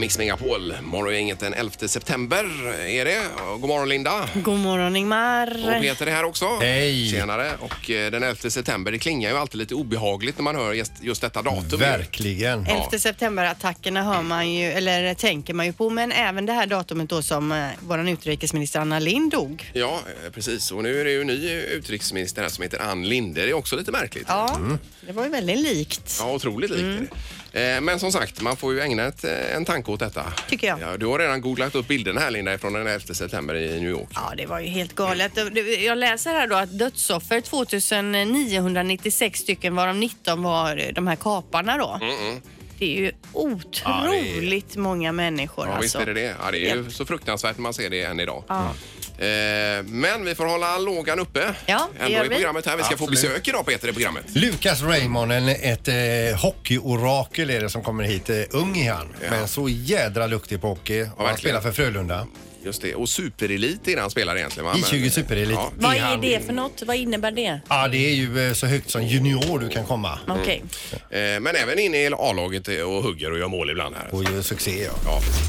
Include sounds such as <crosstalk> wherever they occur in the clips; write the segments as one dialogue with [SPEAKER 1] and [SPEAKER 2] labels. [SPEAKER 1] Mix Megapol. Morgongänget den 11 september är det. God morgon Linda.
[SPEAKER 2] God morgon
[SPEAKER 1] Och
[SPEAKER 2] Ingmar.
[SPEAKER 1] Peter är här också.
[SPEAKER 3] Hej.
[SPEAKER 1] Tjenare. Och eh, den 11 september, det klingar ju alltid lite obehagligt när man hör just, just detta datum.
[SPEAKER 3] Verkligen.
[SPEAKER 2] 11 september-attackerna hör man ju, eller tänker man ju på, men även det här datumet då som eh, vår utrikesminister Anna Lind dog.
[SPEAKER 1] Ja, eh, precis. Och nu är det ju en ny utrikesminister här som heter Ann Linde. Det är också lite märkligt.
[SPEAKER 2] Ja, Mm. det var ju väldigt likt.
[SPEAKER 1] Mm. Ja, otroligt likt är det. Eh, Men som sagt, man får ju ägna ett, eh, en tanke åt detta.
[SPEAKER 2] Tycker jag.
[SPEAKER 1] Ja, du har redan googlat upp bilderna här Linda från den 11 september i New York.
[SPEAKER 2] Ja, det var ju helt galet. Det- Jag läser här då att dödsoffer 2996 stycken varav 19 var eh, de här kaparna då.
[SPEAKER 1] Mm,
[SPEAKER 2] Det är ju otroligt många människor
[SPEAKER 1] Ja,
[SPEAKER 2] alltså.
[SPEAKER 1] visst är det Mm. det. Ja, det är ju så fruktansvärt när man ser det än idag. Eh, Men vi får hålla lågan uppe.
[SPEAKER 2] Ja, det
[SPEAKER 1] Ändå
[SPEAKER 2] gör
[SPEAKER 1] i
[SPEAKER 2] vi.
[SPEAKER 1] programmet här. Vi ska
[SPEAKER 3] Absolut.
[SPEAKER 1] få besök idag Peter i programmet.
[SPEAKER 3] Lukas Raymond, ett eh, hockeyorakel är det som kommer hit. Eh, ung är han, men så jädra duktig på hockey. Och han
[SPEAKER 1] verkligen.
[SPEAKER 3] spelar för Frölunda.
[SPEAKER 1] Just det. Och superelit är det han spelar egentligen va?
[SPEAKER 3] I 20 superelit.
[SPEAKER 1] Ja.
[SPEAKER 4] Vad är
[SPEAKER 3] han.
[SPEAKER 4] det för något? Vad innebär det?
[SPEAKER 3] Ja, det är ju eh, så högt som junior du kan komma.
[SPEAKER 4] Okej.
[SPEAKER 1] Eh, Men även inne i A-laget eh, och hugger och gör mål ibland här.
[SPEAKER 3] Och ju succé ja.
[SPEAKER 1] Ja, precis.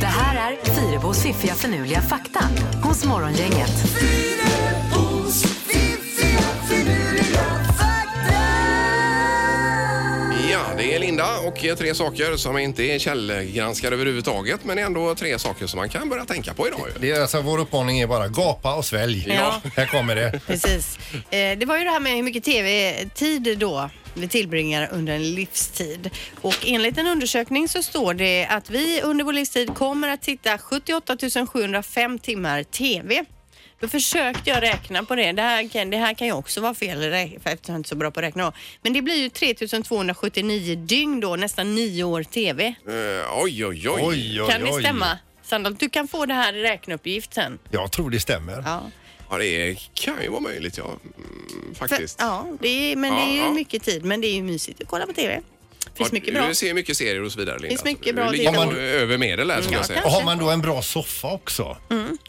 [SPEAKER 5] Det här är Fyrabos fiffiga förnuliga fakta hos Morgongänget.
[SPEAKER 1] ja, det är Linda och eh, tre saker som inte är källgranskade överhuvudtaget men ändå tre saker som man kan börja tänka på idag ju.
[SPEAKER 3] Det är alltså, vår uppmaning är bara gapa och svälj.
[SPEAKER 2] Ja.
[SPEAKER 3] Här kommer det.
[SPEAKER 2] Precis. Eh, Det var ju det här med hur mycket tv-tid då vi tillbringar under en livstid. Och enligt en undersökning så står det att vi under vår livstid kommer att titta 78 705 timmar tv. Då försökte jag räkna på det. Det här kan, det här kan ju också vara fel rä- för eftersom jag inte är så bra på att räkna. då. Men det blir ju 3279 dygn då, nästan nio år tv.
[SPEAKER 1] Eh, Oj, oj, oj.
[SPEAKER 3] Oj, oj,
[SPEAKER 2] Kan det
[SPEAKER 3] oj.
[SPEAKER 2] stämma? Sandra, du kan få det här i räkneuppgift sen.
[SPEAKER 3] Jag tror det stämmer.
[SPEAKER 2] Ja.
[SPEAKER 1] Ja, det kan ju vara möjligt ja. Mm,
[SPEAKER 2] För-
[SPEAKER 1] Faktiskt.
[SPEAKER 2] Ja, det är, men det är ju
[SPEAKER 1] Ja, ja.
[SPEAKER 2] mycket tid. Men det är ju mysigt att kolla på TV. Det finns
[SPEAKER 1] Ja,
[SPEAKER 2] mycket bra.
[SPEAKER 1] Du ser mycket serier och så vidare Linda.
[SPEAKER 2] Finns mycket
[SPEAKER 1] Så
[SPEAKER 2] bra
[SPEAKER 1] Du
[SPEAKER 2] tittar
[SPEAKER 1] ligger
[SPEAKER 3] på.
[SPEAKER 1] på- över medel där skulle jag säga.
[SPEAKER 3] Och har man då en bra soffa också?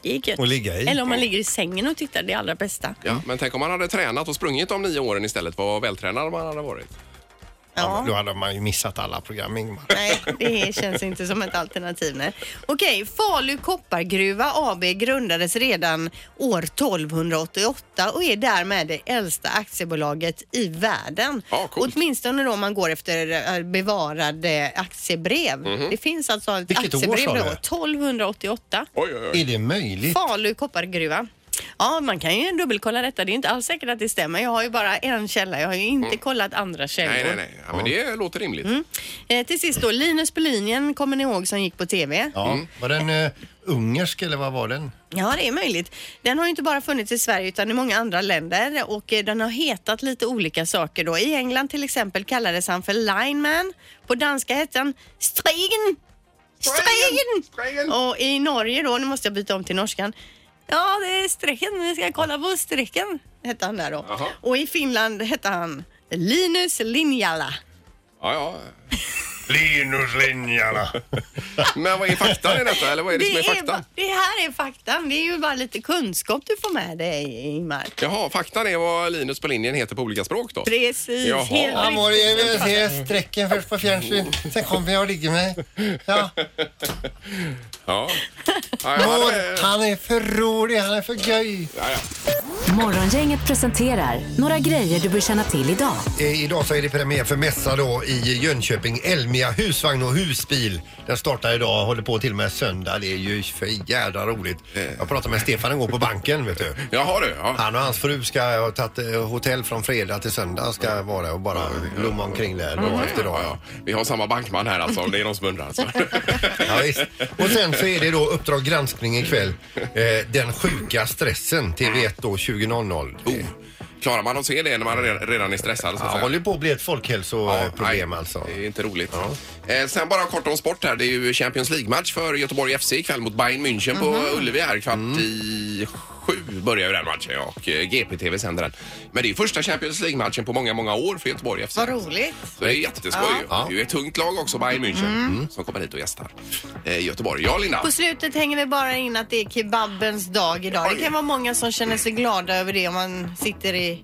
[SPEAKER 2] Det är gött.
[SPEAKER 3] Och ligga i.
[SPEAKER 2] Eller om man ligger i sängen och tittar, det är allra bästa. Ja,
[SPEAKER 1] Ja, men tänk om man hade tränat och sprungit de nio åren istället. Vad vältränad man hade varit.
[SPEAKER 3] Ja. Då hade man ju missat alla program Ingmar.
[SPEAKER 2] Nej, det känns inte som ett alternativ. Nej. Okej, Falu koppargruva AB grundades redan år 1288 och är därmed det äldsta aktiebolaget i världen.
[SPEAKER 1] Ja, coolt.
[SPEAKER 2] Åtminstone då om man går efter eh, bevarade aktiebrev.
[SPEAKER 1] Mhm.
[SPEAKER 2] Det finns alltså ett
[SPEAKER 3] Vilket år sa
[SPEAKER 2] aktiebrev
[SPEAKER 3] du?
[SPEAKER 2] då, 1288.
[SPEAKER 1] Oj, oj, oj.
[SPEAKER 3] Är det möjligt?
[SPEAKER 2] Falu koppargruva. Ja, man kan ju dubbelkolla detta. Det är inte alls säkert att det stämmer. Jag har ju bara en källa. Jag har ju inte kollat andra källor.
[SPEAKER 1] Nej, nej, nej. Ja, men det låter rimligt.
[SPEAKER 2] Eh, till sist då, Linus på linjen kommer ni ihåg som gick på TV?
[SPEAKER 3] Ja. Var den eh, ungersk eller vad var den?
[SPEAKER 2] Ja, det är möjligt. Den har ju inte bara funnits i Sverige utan i många andra länder och eh, den har hetat lite olika saker då. I England till exempel kallades han för Lineman. På danska hette han Stregen. Stregen!
[SPEAKER 1] Stregen!
[SPEAKER 2] Och i Norge då, nu måste jag byta om till norskan. Ja, det är strecken. Vi ska kolla på strecken, hette han där då.
[SPEAKER 1] Jaha.
[SPEAKER 2] Och i Finland hette han Linus Linjala.
[SPEAKER 1] Ja, ja.
[SPEAKER 3] Linus Linjala.
[SPEAKER 1] Men vad är fakta i detta? Eller vad är det, som är fakta?
[SPEAKER 2] ba- det här är faktan. Det är ju bara lite kunskap du får med dig, Ingmar.
[SPEAKER 1] Jaha, faktan är vad Linus på linjen heter på olika språk då?
[SPEAKER 2] Precis.
[SPEAKER 1] Jaha.
[SPEAKER 2] Helt
[SPEAKER 1] Ja,
[SPEAKER 2] riktigt.
[SPEAKER 3] Amor, jag vill se strecken först på fjärrsyn. Sen kommer jag och ligger mig. Ja.
[SPEAKER 1] Ja. Ja, ja,
[SPEAKER 3] Mor,
[SPEAKER 1] det-
[SPEAKER 3] han är för rolig, han är för göj.
[SPEAKER 1] ja, ja.
[SPEAKER 5] Morgongänget presenterar några grejer du bör känna till idag.
[SPEAKER 3] Eh, Idag så är det premiär för mässa då i Jönköping. Elmia husvagn och husbil. Den startar idag och håller på till och med söndag. Det är ju för jädra roligt. Jag pratade med Stefan igår på banken vet du.
[SPEAKER 1] Jaha du, ja.
[SPEAKER 3] Han och hans fru ska ha tagit eh, hotell från fredag till söndag ska vara där och bara blomma omkring där dag efter dag.
[SPEAKER 1] Ja, vi har samma bankman här alltså om det är någon som undrar. Alltså.
[SPEAKER 3] Ja, visst. Och sen så är det då Uppdrag granskning ikväll. Eh, den sjuka stressen, TV1 då 20.00.
[SPEAKER 1] Oh, klarar man att se det när man re- redan är stressad? Så
[SPEAKER 3] Ja,
[SPEAKER 1] att säga?
[SPEAKER 3] håller på att bli ett folkhälsoproblem
[SPEAKER 1] nej,
[SPEAKER 3] alltså.
[SPEAKER 1] Det är inte roligt. Eh, sen bara kort om sport här. Det är ju Champions League-match för Göteborg FC ikväll mot Bayern München
[SPEAKER 2] Mhm.
[SPEAKER 1] på Ullevi här. Kvart
[SPEAKER 3] Mm.
[SPEAKER 1] i sju börjar ju den matchen ja, och eh, GPTV sänder den. Men det är första Champions League-matchen på många, många år för Göteborg FC.
[SPEAKER 2] Vad roligt. Mm.
[SPEAKER 1] Så det är jätteskoj ju.
[SPEAKER 3] Ja. Mm.
[SPEAKER 1] Det är ju ett tungt lag också, Bayern München, som kommer hit och gästar eh, Göteborg. Ja, Linda? <laughs>
[SPEAKER 2] På slutet hänger vi bara in att det är kebabens dag idag. Det kan vara många som känner sig glada över det om man sitter i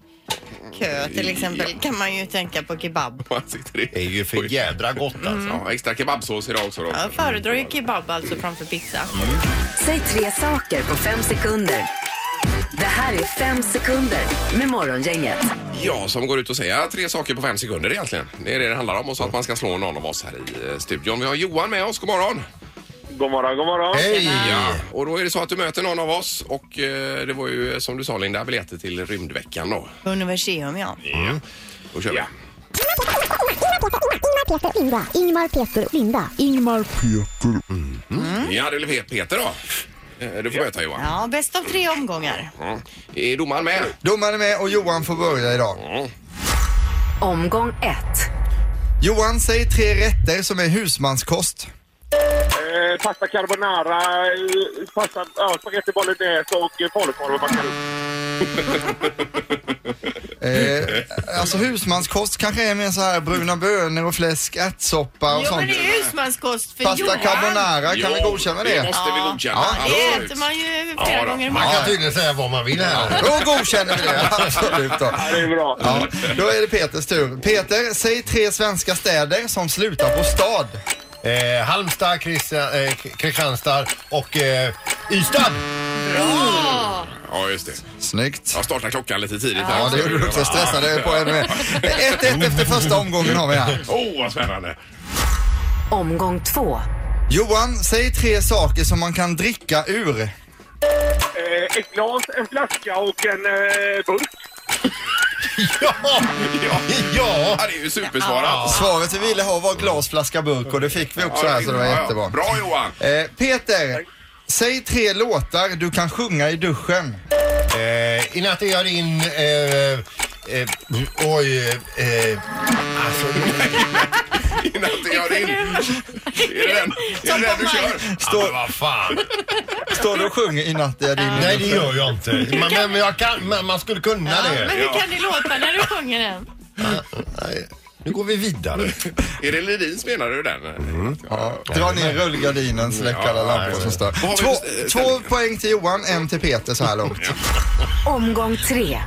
[SPEAKER 2] kö till exempel kan man ju tänka på kebab.
[SPEAKER 1] Man sitter i.
[SPEAKER 3] Det är ju för
[SPEAKER 1] Oj.
[SPEAKER 3] jädra gott alltså.
[SPEAKER 1] Ja, extra kebabsås idag också då.
[SPEAKER 2] Jag föredrar ju kebab alltså framför pizza.
[SPEAKER 5] Säg tre saker på fem sekunder. Det här är fem sekunder med Morgongänget.
[SPEAKER 1] Ja, som går ut och säga tre saker på fem sekunder egentligen. Det är det det handlar om och så att man ska slå någon av oss här i eh, studion. Vi har Johan med oss, god morgon.
[SPEAKER 4] God morgon, god morgon.
[SPEAKER 3] Hej!
[SPEAKER 1] Ja, och då är det så att du möter någon av oss och eh, det var ju eh, som du sa Linda, biljetter till Rymdveckan då.
[SPEAKER 2] Universium ja.
[SPEAKER 1] Då kör vi.
[SPEAKER 4] Ja.
[SPEAKER 6] Ingmar, Peter, Linda. Ingmar, Peter, Linda. Ingmar,
[SPEAKER 1] Mm. Ja, det blev Peter då. Eh, Du får möta Johan.
[SPEAKER 2] Ja, bäst av tre omgångar.
[SPEAKER 1] Ja. Är domaren med?
[SPEAKER 7] Domaren är med och Johan får börja idag.
[SPEAKER 5] Omgång ett.
[SPEAKER 7] Johan, säg tre rätter som är husmanskost.
[SPEAKER 4] Eh, pasta carbonara, eh, pasta, ja, spagetti bolognese och eh, falukorv och makaroner.
[SPEAKER 7] Eh, alltså husmanskost kanske är mer så här bruna bönor och fläsk, ärtsoppa och
[SPEAKER 2] Jo, men
[SPEAKER 7] sånt.
[SPEAKER 2] det är husmanskost för
[SPEAKER 7] Pasta
[SPEAKER 2] Johan.
[SPEAKER 7] carbonara, kan vi godkänna
[SPEAKER 1] Det
[SPEAKER 7] det?
[SPEAKER 1] måste vi godkänna.
[SPEAKER 7] Ja,
[SPEAKER 2] Det
[SPEAKER 1] Absolut.
[SPEAKER 2] äter man ju flera
[SPEAKER 1] Ja, då.
[SPEAKER 2] gånger i
[SPEAKER 1] Man
[SPEAKER 3] Man
[SPEAKER 2] månaden.
[SPEAKER 3] kan tydligen säga vad man vill här.
[SPEAKER 7] Då godkänner vi det, <laughs> absolut då.
[SPEAKER 4] Ja, det är bra.
[SPEAKER 7] Ja, då är det Peters tur. Peter, säg tre svenska städer som slutar på stad.
[SPEAKER 3] Eh, Halmstad, Kristian, eh, K- Kristianstad och eh, Ystad.
[SPEAKER 1] Ja, just det.
[SPEAKER 7] Snyggt.
[SPEAKER 1] Jag startar klockan lite tidigt här.
[SPEAKER 7] Ja, det gjorde du också. Jag stressade dig på ännu mer. 1-1 efter första omgången har vi här.
[SPEAKER 1] Åh, oh, vad spännande.
[SPEAKER 5] Omgång två.
[SPEAKER 7] Johan, säg tre saker som man kan dricka ur.
[SPEAKER 4] Eh, ett glas, en flaska och en eh, burk.
[SPEAKER 3] Ja!
[SPEAKER 1] Ja,
[SPEAKER 3] <laughs> ja.
[SPEAKER 1] det är ju supersvarat.
[SPEAKER 7] Svaret vi ville ha var glas, flaska, burk och det fick vi också här så det var
[SPEAKER 1] Ja, ja.
[SPEAKER 7] jättebra.
[SPEAKER 1] Bra Johan!
[SPEAKER 7] Eh, Peter, säg tre låtar du kan sjunga i duschen.
[SPEAKER 3] Eh, I natt är jag din... Eh, eh, oj... Eh, alltså, <laughs>
[SPEAKER 1] <laughs> Innan det gör in. Är det den, är det den du kör?
[SPEAKER 3] ja, men vad fan.
[SPEAKER 7] Står du och sjunger i natt är jag din
[SPEAKER 3] Nej, det gör jag inte. Man, men jag kan, man, man skulle kunna
[SPEAKER 2] Ja,
[SPEAKER 3] det.
[SPEAKER 2] men hur kan det låta när du sjunger den?
[SPEAKER 3] Nej, nu går vi vidare.
[SPEAKER 1] Är det Ledins menar du den?
[SPEAKER 7] Ja, Dra ner rullgardinen, släck alla lampor som stör.
[SPEAKER 1] Vad har vi
[SPEAKER 7] Två,
[SPEAKER 1] för, eh,
[SPEAKER 7] två poäng till Johan, en till Peter så här långt.
[SPEAKER 5] Omgång tre.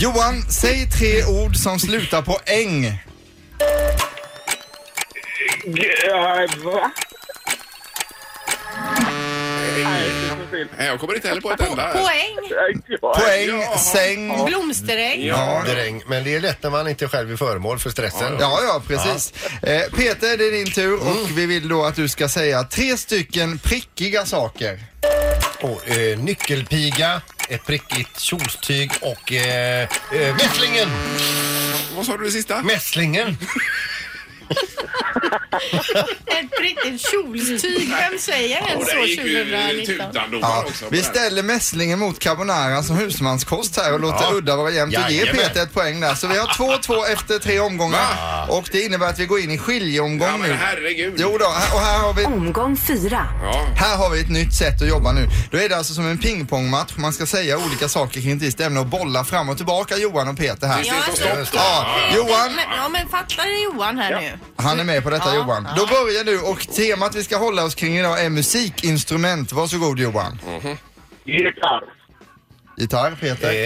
[SPEAKER 7] Johan, säg tre ord som slutar på äng.
[SPEAKER 4] G- eh, va? Nej, det står still.
[SPEAKER 1] Nej, Jag kommer inte heller på ett
[SPEAKER 2] Po-
[SPEAKER 1] enda.
[SPEAKER 2] <laughs> poäng,
[SPEAKER 4] Eh, ja,
[SPEAKER 1] Ja.
[SPEAKER 7] Poäng, säng,
[SPEAKER 2] blomsteräng.
[SPEAKER 3] Ja. Dräng. Men det är lätt när man inte själv är föremål för stressen.
[SPEAKER 7] Ja, ja, precis. Eh, Peter, det är din tur
[SPEAKER 1] Mm.
[SPEAKER 7] och vi vill då att du ska säga tre stycken prickiga saker.
[SPEAKER 3] Och, eh, nyckelpiga, ett prickigt kjolstyg och eh, eh, mässlingen!
[SPEAKER 1] Vad sa du det sista?
[SPEAKER 3] Mässlingen!
[SPEAKER 2] Ett riktigt kjolstyg. Vem säger
[SPEAKER 1] Och
[SPEAKER 2] ens så
[SPEAKER 1] där gick ju
[SPEAKER 2] 2019?
[SPEAKER 1] tutan
[SPEAKER 7] Ja,
[SPEAKER 1] domaren också.
[SPEAKER 7] vi ställer mässlingen mot carbonara som husmanskost här och låter
[SPEAKER 3] Ja.
[SPEAKER 7] udda vara jämnt och ger
[SPEAKER 3] Jajamän.
[SPEAKER 7] Peter ett poäng där. Så vi har 2-2 efter tre omgångar och det innebär att vi går in i skiljeomgång
[SPEAKER 1] Ja, men
[SPEAKER 7] nu.
[SPEAKER 1] herregud.
[SPEAKER 7] Jo då, här- och här har vi
[SPEAKER 5] Omgång fyra.
[SPEAKER 1] Ja.
[SPEAKER 7] Här har vi ett nytt sätt att jobba nu. Då är det alltså som en pingpongmatch. Man ska säga olika saker kring ett visst ämne och bolla fram och tillbaka Johan och Peter här.
[SPEAKER 1] Det står stopp då.
[SPEAKER 7] Ja, Johan,
[SPEAKER 2] Men, ja, men fattar det Johan här nu?
[SPEAKER 7] Han är med på detta
[SPEAKER 2] Ja,
[SPEAKER 7] Johan.
[SPEAKER 2] ja.
[SPEAKER 7] Då börjar du och temat vi ska hålla oss kring idag är musikinstrument. Varsågod Johan.
[SPEAKER 4] Gitarr.
[SPEAKER 7] Gitarr Peter.
[SPEAKER 3] Eh,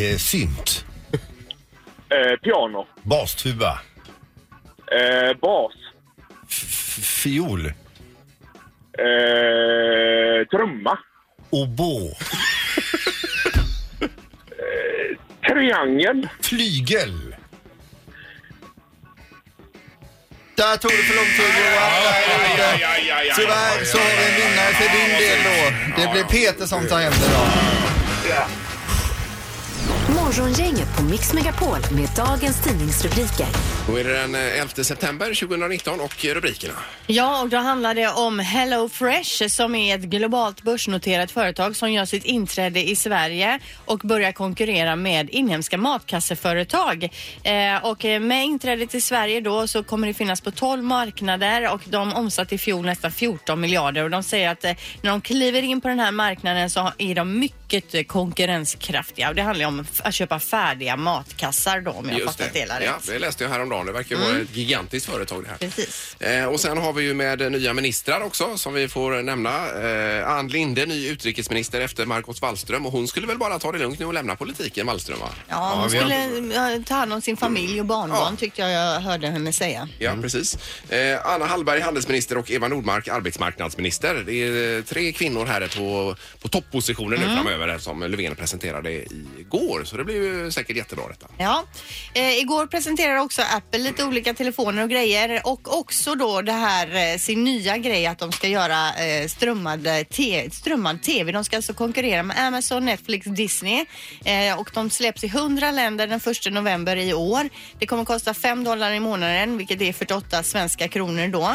[SPEAKER 3] eh, eh, synt.
[SPEAKER 4] Eh, piano.
[SPEAKER 3] Bastuba.
[SPEAKER 4] Eh, bas.
[SPEAKER 3] F- Fiol.
[SPEAKER 4] Eh, trumma.
[SPEAKER 3] Obo.
[SPEAKER 4] Triangel.
[SPEAKER 3] Flygel.
[SPEAKER 7] Där tog det för lång tid Johan. Där är det inte. Tyvärr så har vi en vinnare för din del då. Det blir Peter som tar hem det idag.
[SPEAKER 5] Morgongänget på Mix Megapol med dagens tidningsrubriker.
[SPEAKER 1] Då är det den eh, 11 september 2019 och eh, rubrikerna.
[SPEAKER 2] Ja, och då handlar det om Hello Fresh som är ett globalt börsnoterat företag som gör sitt inträde i Sverige och börjar konkurrera med inhemska matkasseföretag. Eh, och eh, med inträdet i Sverige då så kommer det finnas på 12 marknader och de omsatte i fjol nästan 14 miljarder och de säger att eh, när de kliver in på den här marknaden så är de mycket eh, konkurrenskraftiga och det handlar ju om f- att köpa färdiga matkassar då om jag har
[SPEAKER 1] Just
[SPEAKER 2] fattat det hela
[SPEAKER 1] det.
[SPEAKER 2] rätt.
[SPEAKER 1] Ja, det läste jag häromdagen. Det verkar
[SPEAKER 3] Mm.
[SPEAKER 1] vara ett gigantiskt företag det här.
[SPEAKER 2] Precis.
[SPEAKER 1] Eh, och sen har vi ju med eh, nya ministrar också som vi får nämna. Eh, Ann Linde, ny utrikesminister efter Margot Wallström och hon skulle väl bara ta det lugnt nu och lämna politiken, Wallström va?
[SPEAKER 3] Ja,
[SPEAKER 2] Ja, hon
[SPEAKER 3] vi har-
[SPEAKER 2] skulle eh, ta hand om sin familj och barnbarn tyckte jag jag hörde henne säga.
[SPEAKER 1] Ja, precis. Eh, Anna Hallberg, handelsminister och Eva Nordmark, arbetsmarknadsminister. Det är eh, tre kvinnor här på, på toppositioner
[SPEAKER 2] Mm.
[SPEAKER 1] nu framöver eh, som Löfven presenterade igår. Så det blir ju säkert jättebra detta.
[SPEAKER 2] Ja. Eh, igår presenterade också Apple lite olika telefoner och grejer och också då det här eh, sin nya grej att de ska göra eh, strömmad, eh, te- strömmad tv. De ska alltså konkurrera med Amazon, Netflix, Disney eh, och de släpps i 100 länder den 1 november i år. Det kommer kosta 5 dollar i månaden vilket är 48 svenska kronor då.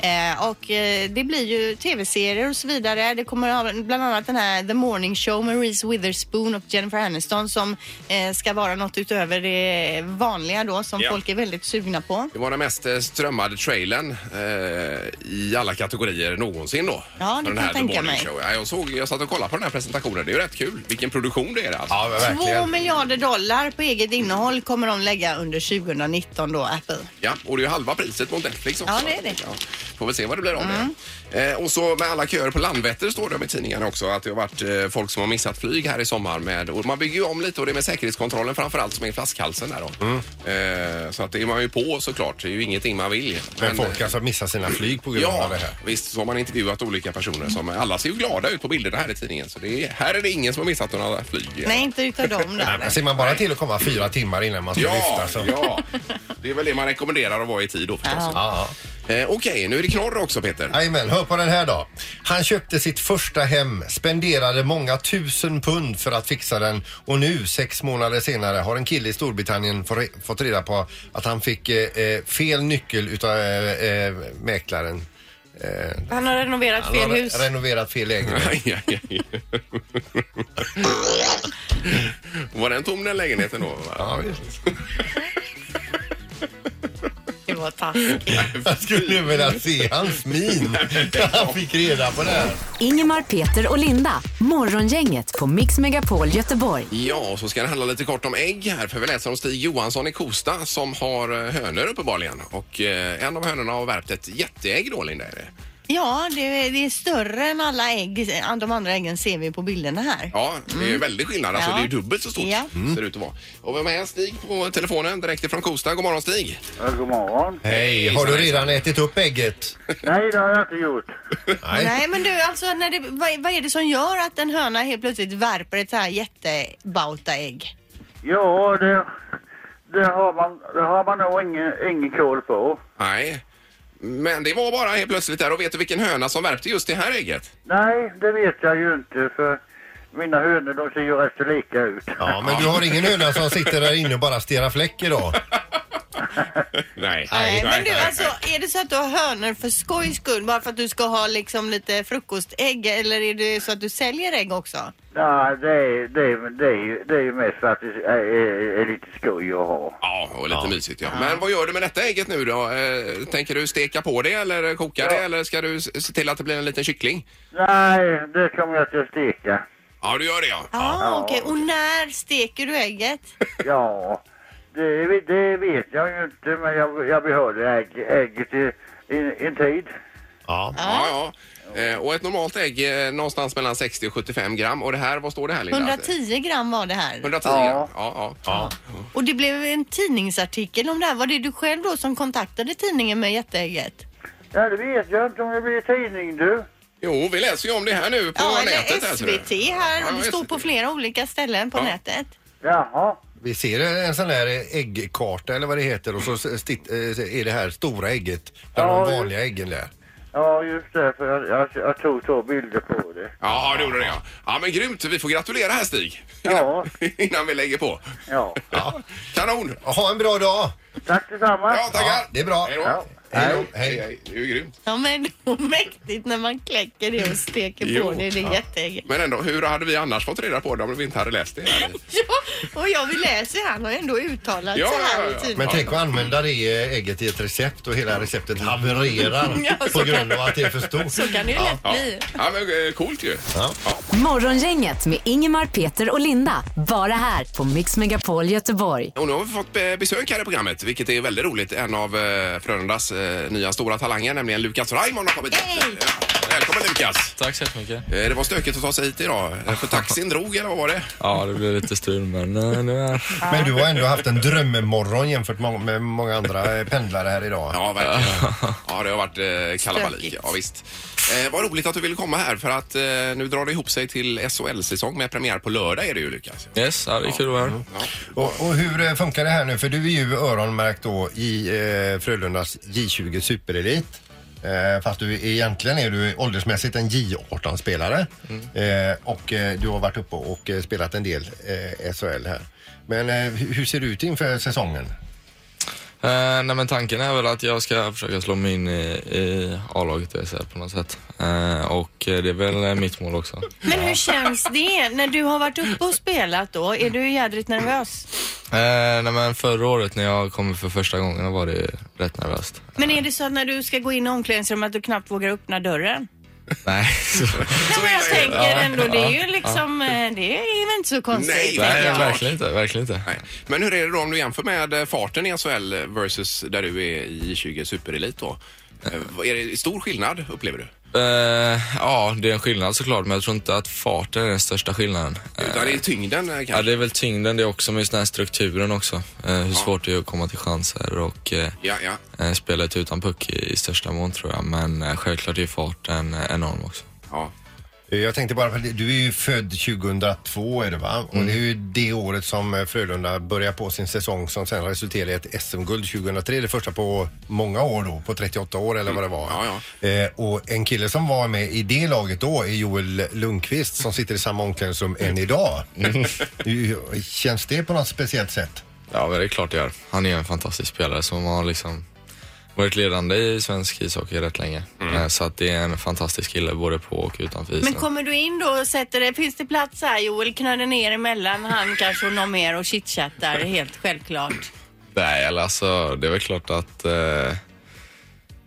[SPEAKER 2] Eh, och eh, det blir ju tv-serier och så vidare. Det kommer att ha bland annat den här The Morning Show med Reese Witherspoon och Jennifer Aniston som eh, ska vara något utöver det vanliga då som
[SPEAKER 1] Ja.
[SPEAKER 2] folk är väldigt sugna på.
[SPEAKER 1] Det var den mest eh, strömmade trailern eh, i alla kategorier någonsin då.
[SPEAKER 2] Ja, det
[SPEAKER 1] För den
[SPEAKER 2] kan
[SPEAKER 1] här
[SPEAKER 2] jag
[SPEAKER 1] The
[SPEAKER 2] tänka
[SPEAKER 1] Morning
[SPEAKER 2] mig.
[SPEAKER 1] Show. Ja, jag, såg, jag satt och kollade på den här presentationen. Det är ju rätt kul. Vilken produktion det är alltså.
[SPEAKER 3] Ja,
[SPEAKER 2] Två
[SPEAKER 3] verkligen.
[SPEAKER 2] miljarder dollar på eget innehåll kommer de lägga under 2019 då, Apple.
[SPEAKER 1] Ja, och det är ju halva priset mot Netflix också.
[SPEAKER 2] Ja, det är det. Mm.
[SPEAKER 1] Får vi se vad det blir av det. Eh, och så med alla köer på Landvetter står det om i tidningarna också att det har varit eh, folk som har missat flyg här i sommar. Med, och man bygger ju om lite och det är med säkerhetskontrollen framförallt som är flaskhalsen där då.
[SPEAKER 3] Mm.
[SPEAKER 1] Eh, så att det är man ju på såklart. Det är ju ingenting man vill.
[SPEAKER 3] Men folk alltså missar sina flyg på grund
[SPEAKER 1] Ja,
[SPEAKER 3] av det här.
[SPEAKER 1] visst så har man intervjuat olika personer som alla ser ju glada ut på bilderna här i tidningen. Så det är, här är det ingen som har missat några flyg.
[SPEAKER 2] Nej, inte utav dem
[SPEAKER 3] Nej, men
[SPEAKER 2] där.
[SPEAKER 3] ser man bara till att komma fyra timmar innan man ska
[SPEAKER 1] Ja,
[SPEAKER 3] lyfta så...
[SPEAKER 1] ja, det är väl det man rekommenderar att vara i tid då förstås.
[SPEAKER 3] Ja,
[SPEAKER 1] Eh, Okej, nu är det knorr också Peter.
[SPEAKER 3] ja. Jajamän, hör på den här då. Han köpte sitt första hem, spenderade många tusen pund för att fixa den och nu, sex månader senare, har en kille i Storbritannien få- fått reda på att han fick eh, eh, fel nyckel utav eh, eh, mäklaren.
[SPEAKER 2] Han har renoverat
[SPEAKER 3] Han
[SPEAKER 2] fel
[SPEAKER 3] har re-
[SPEAKER 2] hus.
[SPEAKER 3] renoverat
[SPEAKER 1] <laughs>
[SPEAKER 3] fel lägenhet.
[SPEAKER 1] Aj, aj, aj. Var den tom den lägenheten då?
[SPEAKER 3] Ja,
[SPEAKER 1] va?
[SPEAKER 3] visst.
[SPEAKER 2] Det var taskigt.
[SPEAKER 3] jag skulle vilja se
[SPEAKER 1] <laughs>
[SPEAKER 3] hans min när han fick reda på det här.
[SPEAKER 5] Ingemar, Peter och Linda. Morgongänget på Mix Megapol Göteborg.
[SPEAKER 1] Ja, så ska det handla lite kort om ägg här för vi läser om Stig Johansson i Kosta som har eh, hönor uppenbarligen. Och eh, en av hönorna har värpt ett jätteägg då, Linda. Är det?
[SPEAKER 2] Ja, det, det är större än alla ägg. De andra äggen ser vi på bilderna här.
[SPEAKER 1] Ja, det är ju väldigt skillnad. Alltså,
[SPEAKER 2] Mm. Ja.
[SPEAKER 1] Det är ju dubbelt så stort mm,
[SPEAKER 2] Ja.
[SPEAKER 1] ser det ut att vara. Och vem är Stig på telefonen direkt ifrån Kosta? God morgon Stig!
[SPEAKER 4] God morgon.
[SPEAKER 3] Hej, har du redan ätit upp ägget?
[SPEAKER 4] Nej, det har jag inte gjort.
[SPEAKER 2] Nej, men du, alltså, när det, vad, vad är det som gör att en höna helt plötsligt värper ett så här jättebautaägg?
[SPEAKER 4] Ja, det, det, har, man, det har man nog ingen, ingen koll på.
[SPEAKER 1] Nej. Men det var bara helt plötsligt där. Och vet du vilken höna som värpte just det här ägget?
[SPEAKER 4] Nej, det vet jag ju inte för mina hönor de ser ju rätt så lika ut.
[SPEAKER 3] Ja, men du har ingen höna som sitter där inne och bara stirrar fläck idag?
[SPEAKER 1] Nej.
[SPEAKER 2] Nej, men du, alltså, är det så att du har hönor för skojs skull bara för att du ska ha liksom lite frukostägg eller är det så att du säljer ägg också?
[SPEAKER 4] Nej, det är, det, är, det, är, ju- det är ju mest för att det är, är, är lite skoj att ha.
[SPEAKER 1] Ja, och lite mysigt ja. Men vad gör du med detta ägget nu då? Eh, tänker du steka på det eller koka det eller ska du s- se till att det blir en liten kyckling?
[SPEAKER 4] Nej, det kommer jag att steka.
[SPEAKER 1] Ja, du gör det ja.
[SPEAKER 2] Ja, Ah, okej. Och när steker du ägget?
[SPEAKER 4] Ja, det, det vet jag ju inte men jag, jag behöver ägg, ägget i, i, en tid.
[SPEAKER 3] Ja.
[SPEAKER 1] Ja, ja. Eh, och ett normalt ägg eh, någonstans mellan 60 och 75 gram. Och det här, vad står det här Linda?
[SPEAKER 2] 110 gram var det här.
[SPEAKER 1] 110
[SPEAKER 4] Ja.
[SPEAKER 1] gram. Ja, ja.
[SPEAKER 2] Och det blev en tidningsartikel om det här. Var det du själv då som kontaktade tidningen med jätteägget?
[SPEAKER 4] Nej, det vet jag inte om det blir tidning du.
[SPEAKER 1] Jo, vi läser ju om det här nu på
[SPEAKER 2] Ja,
[SPEAKER 1] nätet.
[SPEAKER 2] eller
[SPEAKER 1] här, ser du.
[SPEAKER 2] SVT här.
[SPEAKER 1] Ja,
[SPEAKER 2] och det står på
[SPEAKER 1] SVT.
[SPEAKER 2] flera olika ställen på
[SPEAKER 1] Ja.
[SPEAKER 2] nätet.
[SPEAKER 4] Jaha.
[SPEAKER 3] Vi ser en sån här äggkarta eller vad det heter och så stitt, eh, är det här stora ägget bland
[SPEAKER 4] Ja,
[SPEAKER 3] de
[SPEAKER 4] ju.
[SPEAKER 3] vanliga äggen där.
[SPEAKER 4] Ja, just det. För jag, jag, jag tog två bilder på det.
[SPEAKER 1] Ja, det gjorde det ja. Ja, men grymt. Vi får gratulera här Stig. Innan,
[SPEAKER 4] Ja.
[SPEAKER 1] <laughs> innan vi lägger på.
[SPEAKER 4] Ja.
[SPEAKER 1] Kanon!
[SPEAKER 3] Ha en bra dag!
[SPEAKER 4] Tack detsamma.
[SPEAKER 1] Ja, tackar!
[SPEAKER 3] Ja, det är bra.
[SPEAKER 1] Hej då.
[SPEAKER 4] Ja.
[SPEAKER 3] Hej då.
[SPEAKER 1] Hej,
[SPEAKER 3] Hej.
[SPEAKER 1] hej. Det är ju grymt.
[SPEAKER 2] Ja, men det är mäktigt när man kläcker det och steker
[SPEAKER 1] Jo.
[SPEAKER 2] på det. Det är jätteäckligt.
[SPEAKER 1] Men ändå, hur hade vi annars fått reda på det om vi inte hade läst det? Här?
[SPEAKER 2] Ja, och jag vill läsa han har ändå uttalat
[SPEAKER 1] Ja,
[SPEAKER 2] sig
[SPEAKER 1] ja,
[SPEAKER 2] här
[SPEAKER 1] ja,
[SPEAKER 2] i
[SPEAKER 1] ja.
[SPEAKER 2] tiden.
[SPEAKER 3] Men tänk att använda det ägget i ett recept och hela receptet havererar
[SPEAKER 2] Ja, så
[SPEAKER 3] på
[SPEAKER 2] kan-
[SPEAKER 3] grund av att det är för stort.
[SPEAKER 2] Så kan det ju lätt
[SPEAKER 1] Ja.
[SPEAKER 2] bli.
[SPEAKER 1] ja, men eh, coolt ju.
[SPEAKER 3] Ja.
[SPEAKER 5] Morgongänget med Ingemar, Peter och Linda. Bara här på Mix Megapol Göteborg.
[SPEAKER 1] Och nu har vi fått eh, besök här i programmet, vilket är väldigt roligt. En av eh, Frölundas eh, nya stora talanger, nämligen Lukas Raymond har kommit hit.
[SPEAKER 2] Hej!
[SPEAKER 1] Ja, Välkommen Lukas!
[SPEAKER 8] Tack så jättemycket.
[SPEAKER 1] Eh, Det var stökigt att ta sig hit idag, eh, för taxin drog eller vad var det?
[SPEAKER 8] Ja, det blev lite strul men eh, nu är jag här.
[SPEAKER 3] Men du har ändå haft en drömmorgon jämfört må- med många andra eh, pendlare här idag.
[SPEAKER 1] Ja, verkligen. Ja, det har varit eh, kalabalik.
[SPEAKER 2] Stökigt.
[SPEAKER 1] Ja, visst. Eh, vad roligt att du ville komma här för att eh, nu drar det ihop sig till SHL-säsong med premiär på lördag är det ju Lukas.
[SPEAKER 8] Yes, ja, det är kul att vara här.
[SPEAKER 1] Ja.
[SPEAKER 3] Och, och hur eh, funkar det här nu? För du är ju öronmärkt då i eh, Frölundas J20 Superelit. Eh, fast du är- egentligen är du åldersmässigt en J18-spelare. Eh, och eh, du har varit uppe och eh, spelat en del eh, SHL här. Men eh, hu- hur ser det ut inför säsongen?
[SPEAKER 8] Eh, nej men tanken är väl att jag ska försöka slå mig in i, i A-laget i SHL på något sätt. Eh, och eh, det är väl eh, mitt mål också.
[SPEAKER 2] Men hur känns det när du har varit uppe och spelat då? Är du jädrigt nervös?
[SPEAKER 8] Eh, nej men förra året när jag kom för första gången var det rätt nervöst.
[SPEAKER 2] Men är det så att när du ska gå in i omklädningsrummet att du knappt vågar öppna dörren?
[SPEAKER 8] Nej, så,
[SPEAKER 2] Nej, men jag tänker ändå, det är ju liksom, eh, det är väl inte så konstigt.
[SPEAKER 1] Nej,
[SPEAKER 8] nej
[SPEAKER 2] Ja.
[SPEAKER 8] verkligen inte, verkligen inte.
[SPEAKER 1] Nej. Men hur är det då om du jämför med eh, farten i SHL versus där du är i 20 superelit då? Eh, vad- Är det stor skillnad upplever du?
[SPEAKER 8] Eh, ja, det är en skillnad såklart men jag tror inte att farten är den största skillnaden. Eh,
[SPEAKER 1] Utan det är tyngden eh, kanske?
[SPEAKER 8] Ja, det är väl tyngden det också, men just den här strukturen också. Eh, hur svårt det är att komma till chanser och eh,
[SPEAKER 1] Ja, ja.
[SPEAKER 8] eh, spelet utan puck i, i största mån tror jag. Men eh, självklart är farten eh, enorm också.
[SPEAKER 1] ja.
[SPEAKER 3] Eh, Jag tänkte bara, för att du är ju född 2002 är det va?
[SPEAKER 1] Mm.
[SPEAKER 3] Och det är ju det året som eh, Frölunda börjar på sin säsong som sen resulterar i ett SM-guld 2003. Det första på många år då, på 38 år eller vad det var.
[SPEAKER 1] Mm. Ja,
[SPEAKER 3] Eh, och en kille som var med i det laget då är Joel Lundqvist som sitter i samma omklädningsrum än
[SPEAKER 1] Mm.
[SPEAKER 3] idag. <laughs> Hur- Känns det på något speciellt sätt?
[SPEAKER 8] Ja, men det är klart det gör. Han är en fantastisk spelare som har liksom varit ledande i svensk ishockey rätt länge.
[SPEAKER 1] Mm.
[SPEAKER 8] Eh, Så att det är en fantastisk kille både på och utanför isen.
[SPEAKER 2] Men kommer du in då och sätter dig, finns det plats här Joel? Knöder ner emellan han kanske och någon mer och chitchattar helt självklart.
[SPEAKER 8] Nej, eller alltså det är väl klart att eh,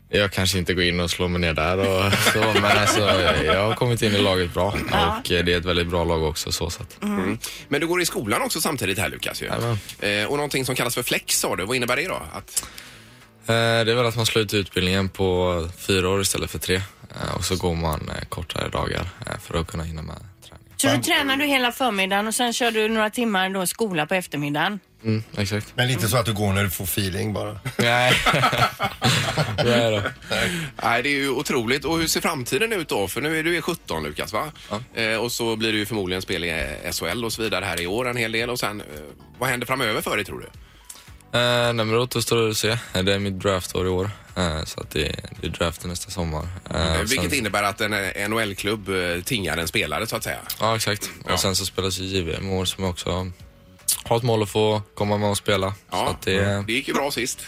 [SPEAKER 8] jag kanske inte går in och slår mig ner där och så, men alltså jag, jag har kommit in i laget bra
[SPEAKER 2] Ja.
[SPEAKER 8] och eh, det är ett väldigt bra lag också så sett.
[SPEAKER 1] Mm. Men du går i skolan också samtidigt här Lukas ju.
[SPEAKER 8] Jajamän.
[SPEAKER 1] Eh, och någonting som kallas för flex sa du, vad innebär det då? Att,
[SPEAKER 8] Eh, Det är väl att man slår ut utbildningen på fyra år istället för tre Eh, och så går man eh, kortare dagar eh, för att kunna hinna med träning.
[SPEAKER 2] Så då tränar du hela förmiddagen och sen kör du några timmar då skola på eftermiddagen.
[SPEAKER 8] Mm, exakt.
[SPEAKER 3] Men lite så att du går när du får feeling bara.
[SPEAKER 8] <laughs> Nej. Nej då.
[SPEAKER 1] nej, det är ju otroligt. Och hur ser framtiden ut då? För nu är du är 17 Lukas va?
[SPEAKER 8] Ja.
[SPEAKER 1] Eh, och så blir det ju förmodligen spel i eh, SHL och så vidare här i år en hel del. Och sen, eh, vad händer framöver för dig tror du?
[SPEAKER 8] Eh, nej, men det återstår att se. Det är mitt draftår i år. Eh, så att det, det är draften nästa sommar. Eh,
[SPEAKER 1] Eh,
[SPEAKER 8] och
[SPEAKER 1] Vilket
[SPEAKER 8] sen,
[SPEAKER 1] innebär att en eh, NHL-klubb eh, tingar en spelare så att säga.
[SPEAKER 8] Ja, exakt.
[SPEAKER 1] Ja.
[SPEAKER 8] Och sen så spelas ju JVM i år som jag också har ett mål att få komma med och spela. Så
[SPEAKER 1] Ja, Mm.
[SPEAKER 8] att det,
[SPEAKER 1] det gick ju bra sist.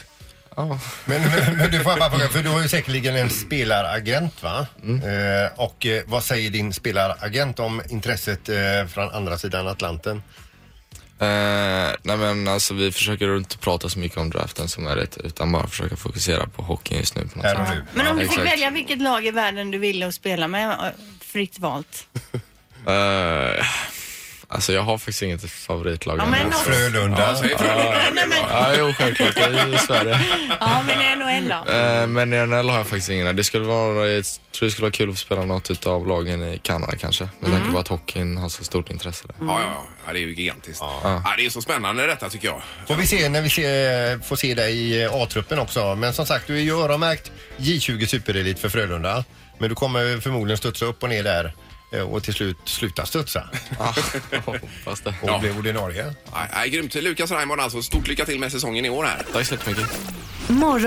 [SPEAKER 8] ja.
[SPEAKER 3] Men, men, men du får jag bara fråga, för du har ju säkerligen en spelaragent va? Eh, och eh, vad säger din spelaragent om intresset eh, från andra sidan Atlanten?
[SPEAKER 8] Eh, nej men alltså vi försöker inte prata så mycket om draften som möjligt utan bara försöka fokusera på hockeyn just nu på något
[SPEAKER 3] Här och
[SPEAKER 8] sätt.
[SPEAKER 3] nu.
[SPEAKER 2] Men om du fick
[SPEAKER 8] Exakt.
[SPEAKER 2] välja vilket lag i världen du ville att spela med, ö, fritt valt.
[SPEAKER 8] Eh, alltså jag har faktiskt inget favoritlag
[SPEAKER 2] Ja,
[SPEAKER 8] ännu.
[SPEAKER 2] men något-
[SPEAKER 3] Frölunda.
[SPEAKER 1] Säg Frölunda.
[SPEAKER 2] Nej, men,
[SPEAKER 8] Ja, jo självklart. Det är ju Sverige.
[SPEAKER 2] ja, men NHL då?
[SPEAKER 8] Eh, men i NHL har jag faktiskt ingen. Det skulle vara, jag tror det skulle vara kul att få spela något utav lagen i Kanada kanske. Med
[SPEAKER 2] Mm.
[SPEAKER 8] tanke på att hockeyn har så stort intresse där.
[SPEAKER 1] Ja, ja, ja. ja, det är ju gigantiskt. Ja. det är så spännande detta tycker jag.
[SPEAKER 3] Får vi se när vi se, får se dig i eh, A-truppen också. Men som sagt, du är ju öronmärkt J20 Superelit för Frölunda. Men du kommer förmodligen studsa upp och ner där eh, och till slut sluta studsa
[SPEAKER 8] Ah, hoppas det.
[SPEAKER 3] och bli ordinarie.
[SPEAKER 1] Ja, ja, grymt. Lukas Raymond alltså, stort lycka till med säsongen i år här.
[SPEAKER 8] Tack så jättemycket.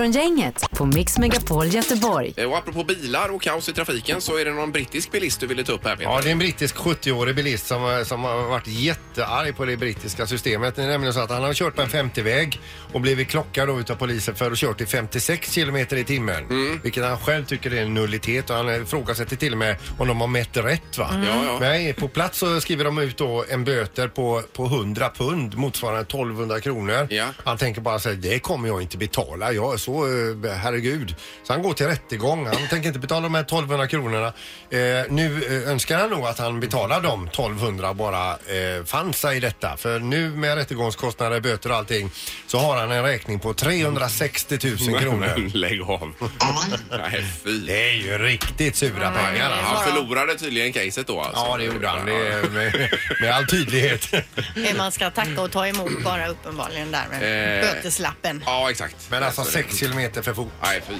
[SPEAKER 5] Morgongänget på Mix Megapol Göteborg.
[SPEAKER 1] Eh, Och apropå bilar och kaos i trafiken så är det någon brittisk bilist du ville ta upp här Peter.
[SPEAKER 3] Ja, det är en brittisk 70-årig bilist som, som har varit jättearg på det brittiska systemet. Det är nämligen så att han har kört på en 50-väg och blivit klockad då utav polisen för att ha kört i 56 kilometer i timmen.
[SPEAKER 1] Mm.
[SPEAKER 3] Vilket han själv tycker är en nullitet och han ifrågasätter till och med om de har mätt rätt va.
[SPEAKER 1] Ja, ja.
[SPEAKER 3] Nej, på plats så skriver de ut då en böter på, på 100 pund motsvarande 1200 kronor.
[SPEAKER 1] Ja.
[SPEAKER 3] Han tänker bara så här, det kommer jag inte betala. Jag är så, eh, herregud. Så han går till rättegång. Han tänker inte betala de här 1200 kronorna. Eh, nu eh, önskar han nog att han betalar de 1200 bara eh, fann sig i detta. För nu med rättegångskostnader, böter och allting så har han en räkning på 360 000 kronor.
[SPEAKER 1] Men <laughs> Lägg av. Nej, fy.
[SPEAKER 3] Det är ju riktigt sura pengar. alltså.
[SPEAKER 1] Han förlorade tydligen caset då alltså.
[SPEAKER 3] Ja, det gjorde han. Det är med, med all tydlighet.
[SPEAKER 2] Eh, Man ska tacka och ta emot bara uppenbarligen där med
[SPEAKER 1] Eh.
[SPEAKER 2] böteslappen.
[SPEAKER 1] <laughs> Ja, exakt.
[SPEAKER 3] Men alltså
[SPEAKER 1] Så det-
[SPEAKER 3] 6 kilometer för fort.
[SPEAKER 1] Nej, fy.